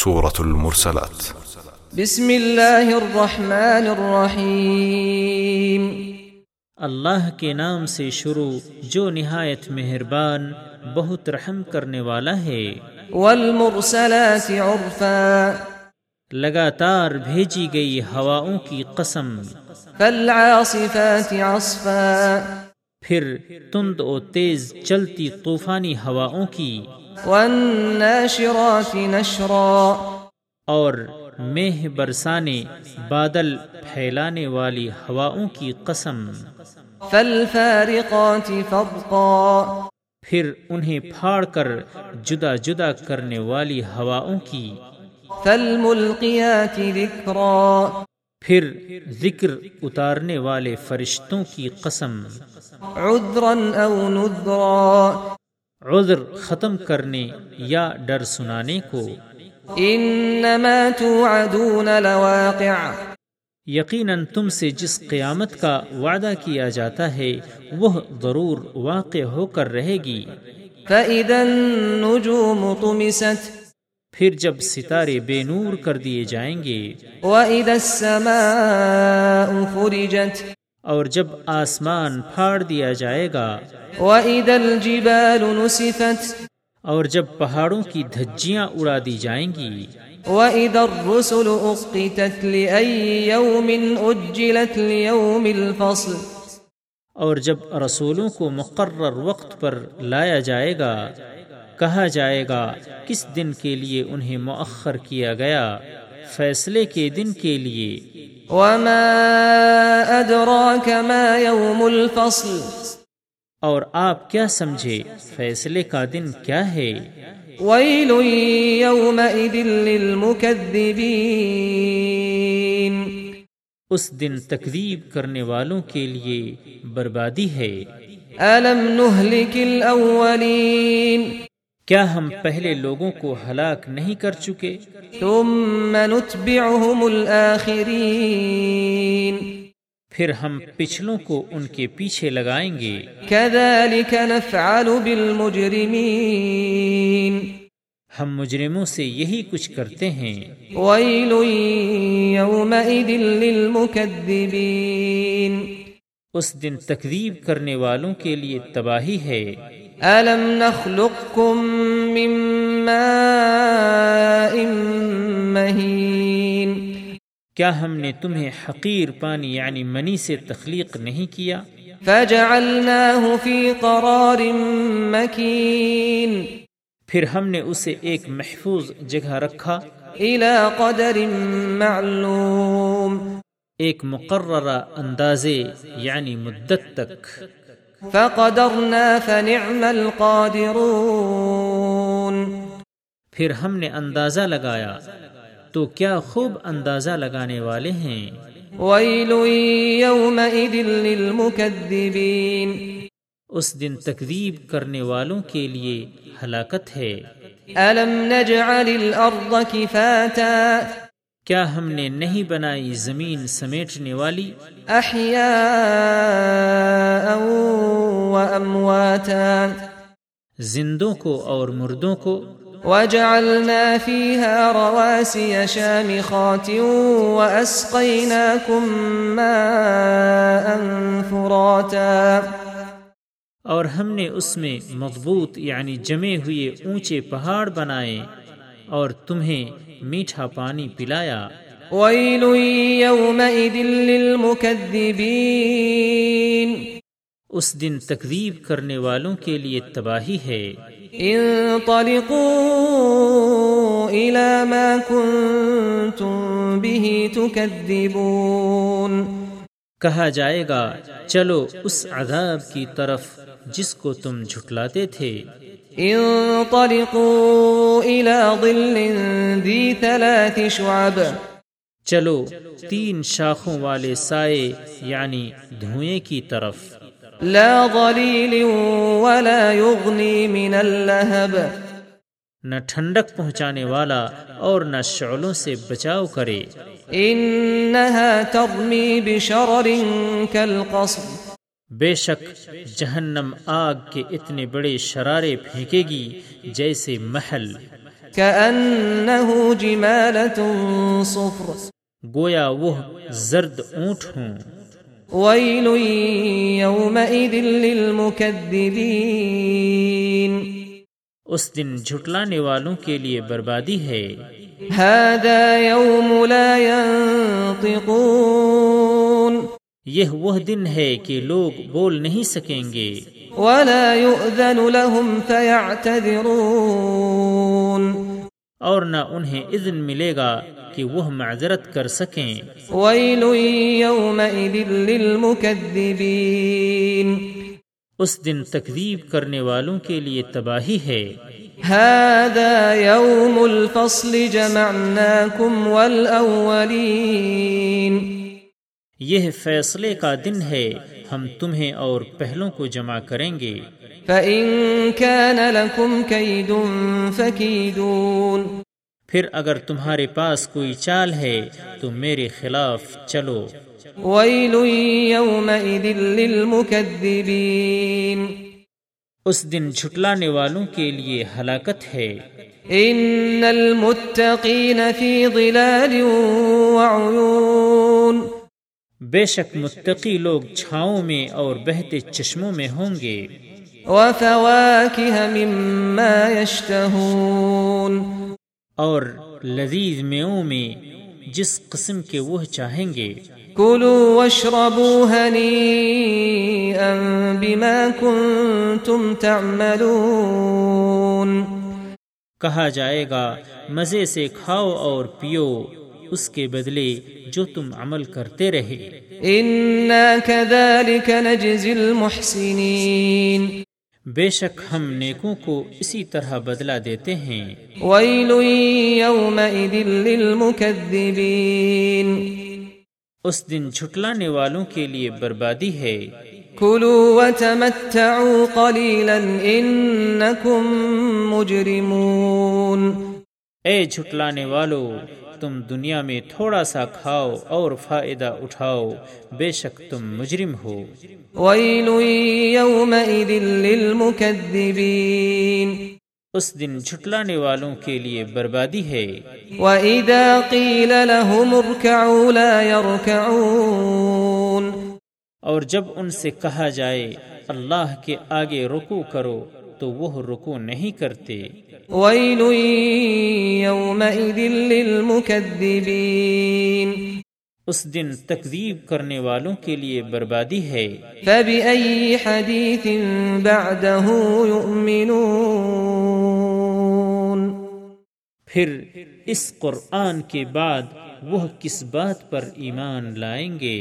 سورة المرسلات بسم اللہ الرحمن الرحیم اللہ کے نام سے شروع جو نہایت مہربان بہت رحم کرنے والا ہے والمرسلات عرفا لگاتار بھیجی گئی ہواؤں کی قسم فالعاصفات عصفا پھر تند و تیز چلتی طوفانی ہواؤں کی والناشرات نشرا اور میہ برسانے بادل پھیلانے والی ہواؤں کی قسم فالفارقات فرقا پھر انہیں پھاڑ کر جدا جدا کرنے والی ہواؤں کی فالملقيات ذكرا پھر ذکر اتارنے والے فرشتوں کی قسم عذرا أو نذرا عذر ختم کرنے یا ڈر سنانے کو إنما توعدون لواقع یقیناً تم سے جس قیامت کا وعدہ کیا جاتا ہے وہ ضرور واقع ہو کر رہے گی فإذا النجوم طمست پھر جب ستارے بے نور کر دیے جائیں گے وإذا السماء فرجت اور جب آسمان پھاڑ دیا جائے گا وإذا الجبال نسفت اور جب پہاڑوں کی دھجیاں اڑا دی جائیں گی وإذا الرسل أقتت لأي يوم أجلت ليوم الفصل اور جب رسولوں کو مقرر وقت پر لایا جائے گا کہا جائے گا کس دن کے لیے انہیں مؤخر کیا گیا فیصلے کے دن کے لیے وما أدراك ما يوم الفصل اور آپ کیا سمجھے فیصلے کا دن کیا ہے ويل يومئذ للمكذبين اس دن تکذیب کرنے والوں کے لیے بربادی ہے ألم نهلك الأولين کیا ہم پہلے لوگوں کو ہلاک نہیں کر چکے ثم نتبعهم الآخرين پھر ہم پچھلوں کو ان کے پیچھے لگائیں گے كذلك نفعل بالمجرمين ہم مجرموں سے یہی کچھ کرتے ہیں ويل يومئذ للمكذبين اس دن تکذیب کرنے والوں کے لیے تباہی ہے ألم نخلقكم من ماء مهين کیا ہم نے تمہیں حقیر پانی یعنی منی سے تخلیق نہیں کیا فجعلناه في قرار مكين پھر ہم نے اسے ایک محفوظ جگہ رکھا إلى قدر معلوم ایک مقررہ اندازے یعنی مدت تک فقدرنا فنعم القادرون پھر ہم نے اندازہ لگایا تو کیا خوب اندازہ لگانے والے ہیں ويل يومئذ للمكذبين اس دن تکذیب کرنے والوں کے لیے ہلاکت ہے ألم نجعل الأرض كفاتا کیا ہم نے نہیں بنائی زمین سمیٹنے والی أحياء وأمواتا زندوں کو اور مردوں کو وجعلنا فيها رواسي شامخات وأسقيناكم ماء فراتا اور ہم نے اس میں مضبوط یعنی جمے ہوئے اونچے پہاڑ بنائے اور تمہیں میٹھا پانی پلایا ويل يومئذ للمكذبين اس دن تکذیب کرنے والوں کے لیے تباہی ہے انطلقوا إلى ما كنتم به تكذبون کہا جائے گا چلو اس عذاب کی طرف جس کو تم جھٹلاتے تھے انطلقوا إلى ظل ذي ثلاث شعب چلو تین شاخوں والے سائے یعنی دھوئیں کی طرف لا ظليل ولا يغني من اللهب نہ ٹھنڈک پہنچانے والا اور نہ شعلوں سے بچاؤ کرے إنها ترمي بشرر كالقصر بے شک جہنم آگ کے اتنے بڑے شرارے پھینکے گی جیسے محل كأنه جمالة صفر گویا وہ زرد اونٹ ہوں ويل يومئذ للمكذبين اس دن جھٹلانے والوں کے لیے بربادی ہے هذا يوم لا ينطقون یہ وہ دن ہے کہ لوگ بول نہیں سکیں گے ولا يؤذن لهم فيعتذرون اور نہ انہیں اذن ملے گا کہ وہ معذرت کر سکیں ويل يومئذ للمكذبين اس دن تکذیب کرنے والوں کے لیے تباہی ہے هذا يوم الفصل جمعناكم والأولين یہ فیصلے کا دن ہے ہم تمہیں اور پہلوں کو جمع کریں گے فإن كان لكم كيد فكيدون پھر اگر تمہارے پاس کوئی چال ہے تو میرے خلاف چلو ويل يومئذ للمكذبين اس دن جھٹلانے والوں کے لیے ہلاکت ہے إن المتقين في ظلال وعيون بے شک متقی لوگ چھاؤں میں اور بہتے چشموں میں ہوں گے وفواكه مما يشتهون اور لذیذ میووں میں جس قسم کے وہ چاہیں گے كلوا واشربوا هنيئا بما كنتم تعملون کہا جائے گا مزے سے کھاؤ اور پیو اس کے بدلے جو تم عمل کرتے رہے إنا كذلك نجزي المحسنين بے شک ہم نیکوں کو اسی طرح بدلہ دیتے ہیں ويل يومئذ للمكذبين اس دن جھٹلانے والوں کے لیے بربادی ہے كلوا وتمتعوا قليلا إنكم مجرمون اے جھٹلانے والو تم دنیا میں تھوڑا سا کھاؤ اور فائدہ اٹھاؤ بے شک تم مجرم ہو ويل يومئذ للمكذبين اس دن جھٹلانے والوں کے لیے بربادی ہے وإذا قيل لهم اركعوا لا يركعون اور جب ان سے کہا جائے اللہ کے آگے رکو کرو تو وہ رکو نہیں کرتے ويل يومئذ للمكذبين اس دن تکذیب کرنے والوں کے لیے بربادی ہے فبأي حديث بعده يؤمنون پھر اس قرآن کے بعد وہ کس بات پر ایمان لائیں گے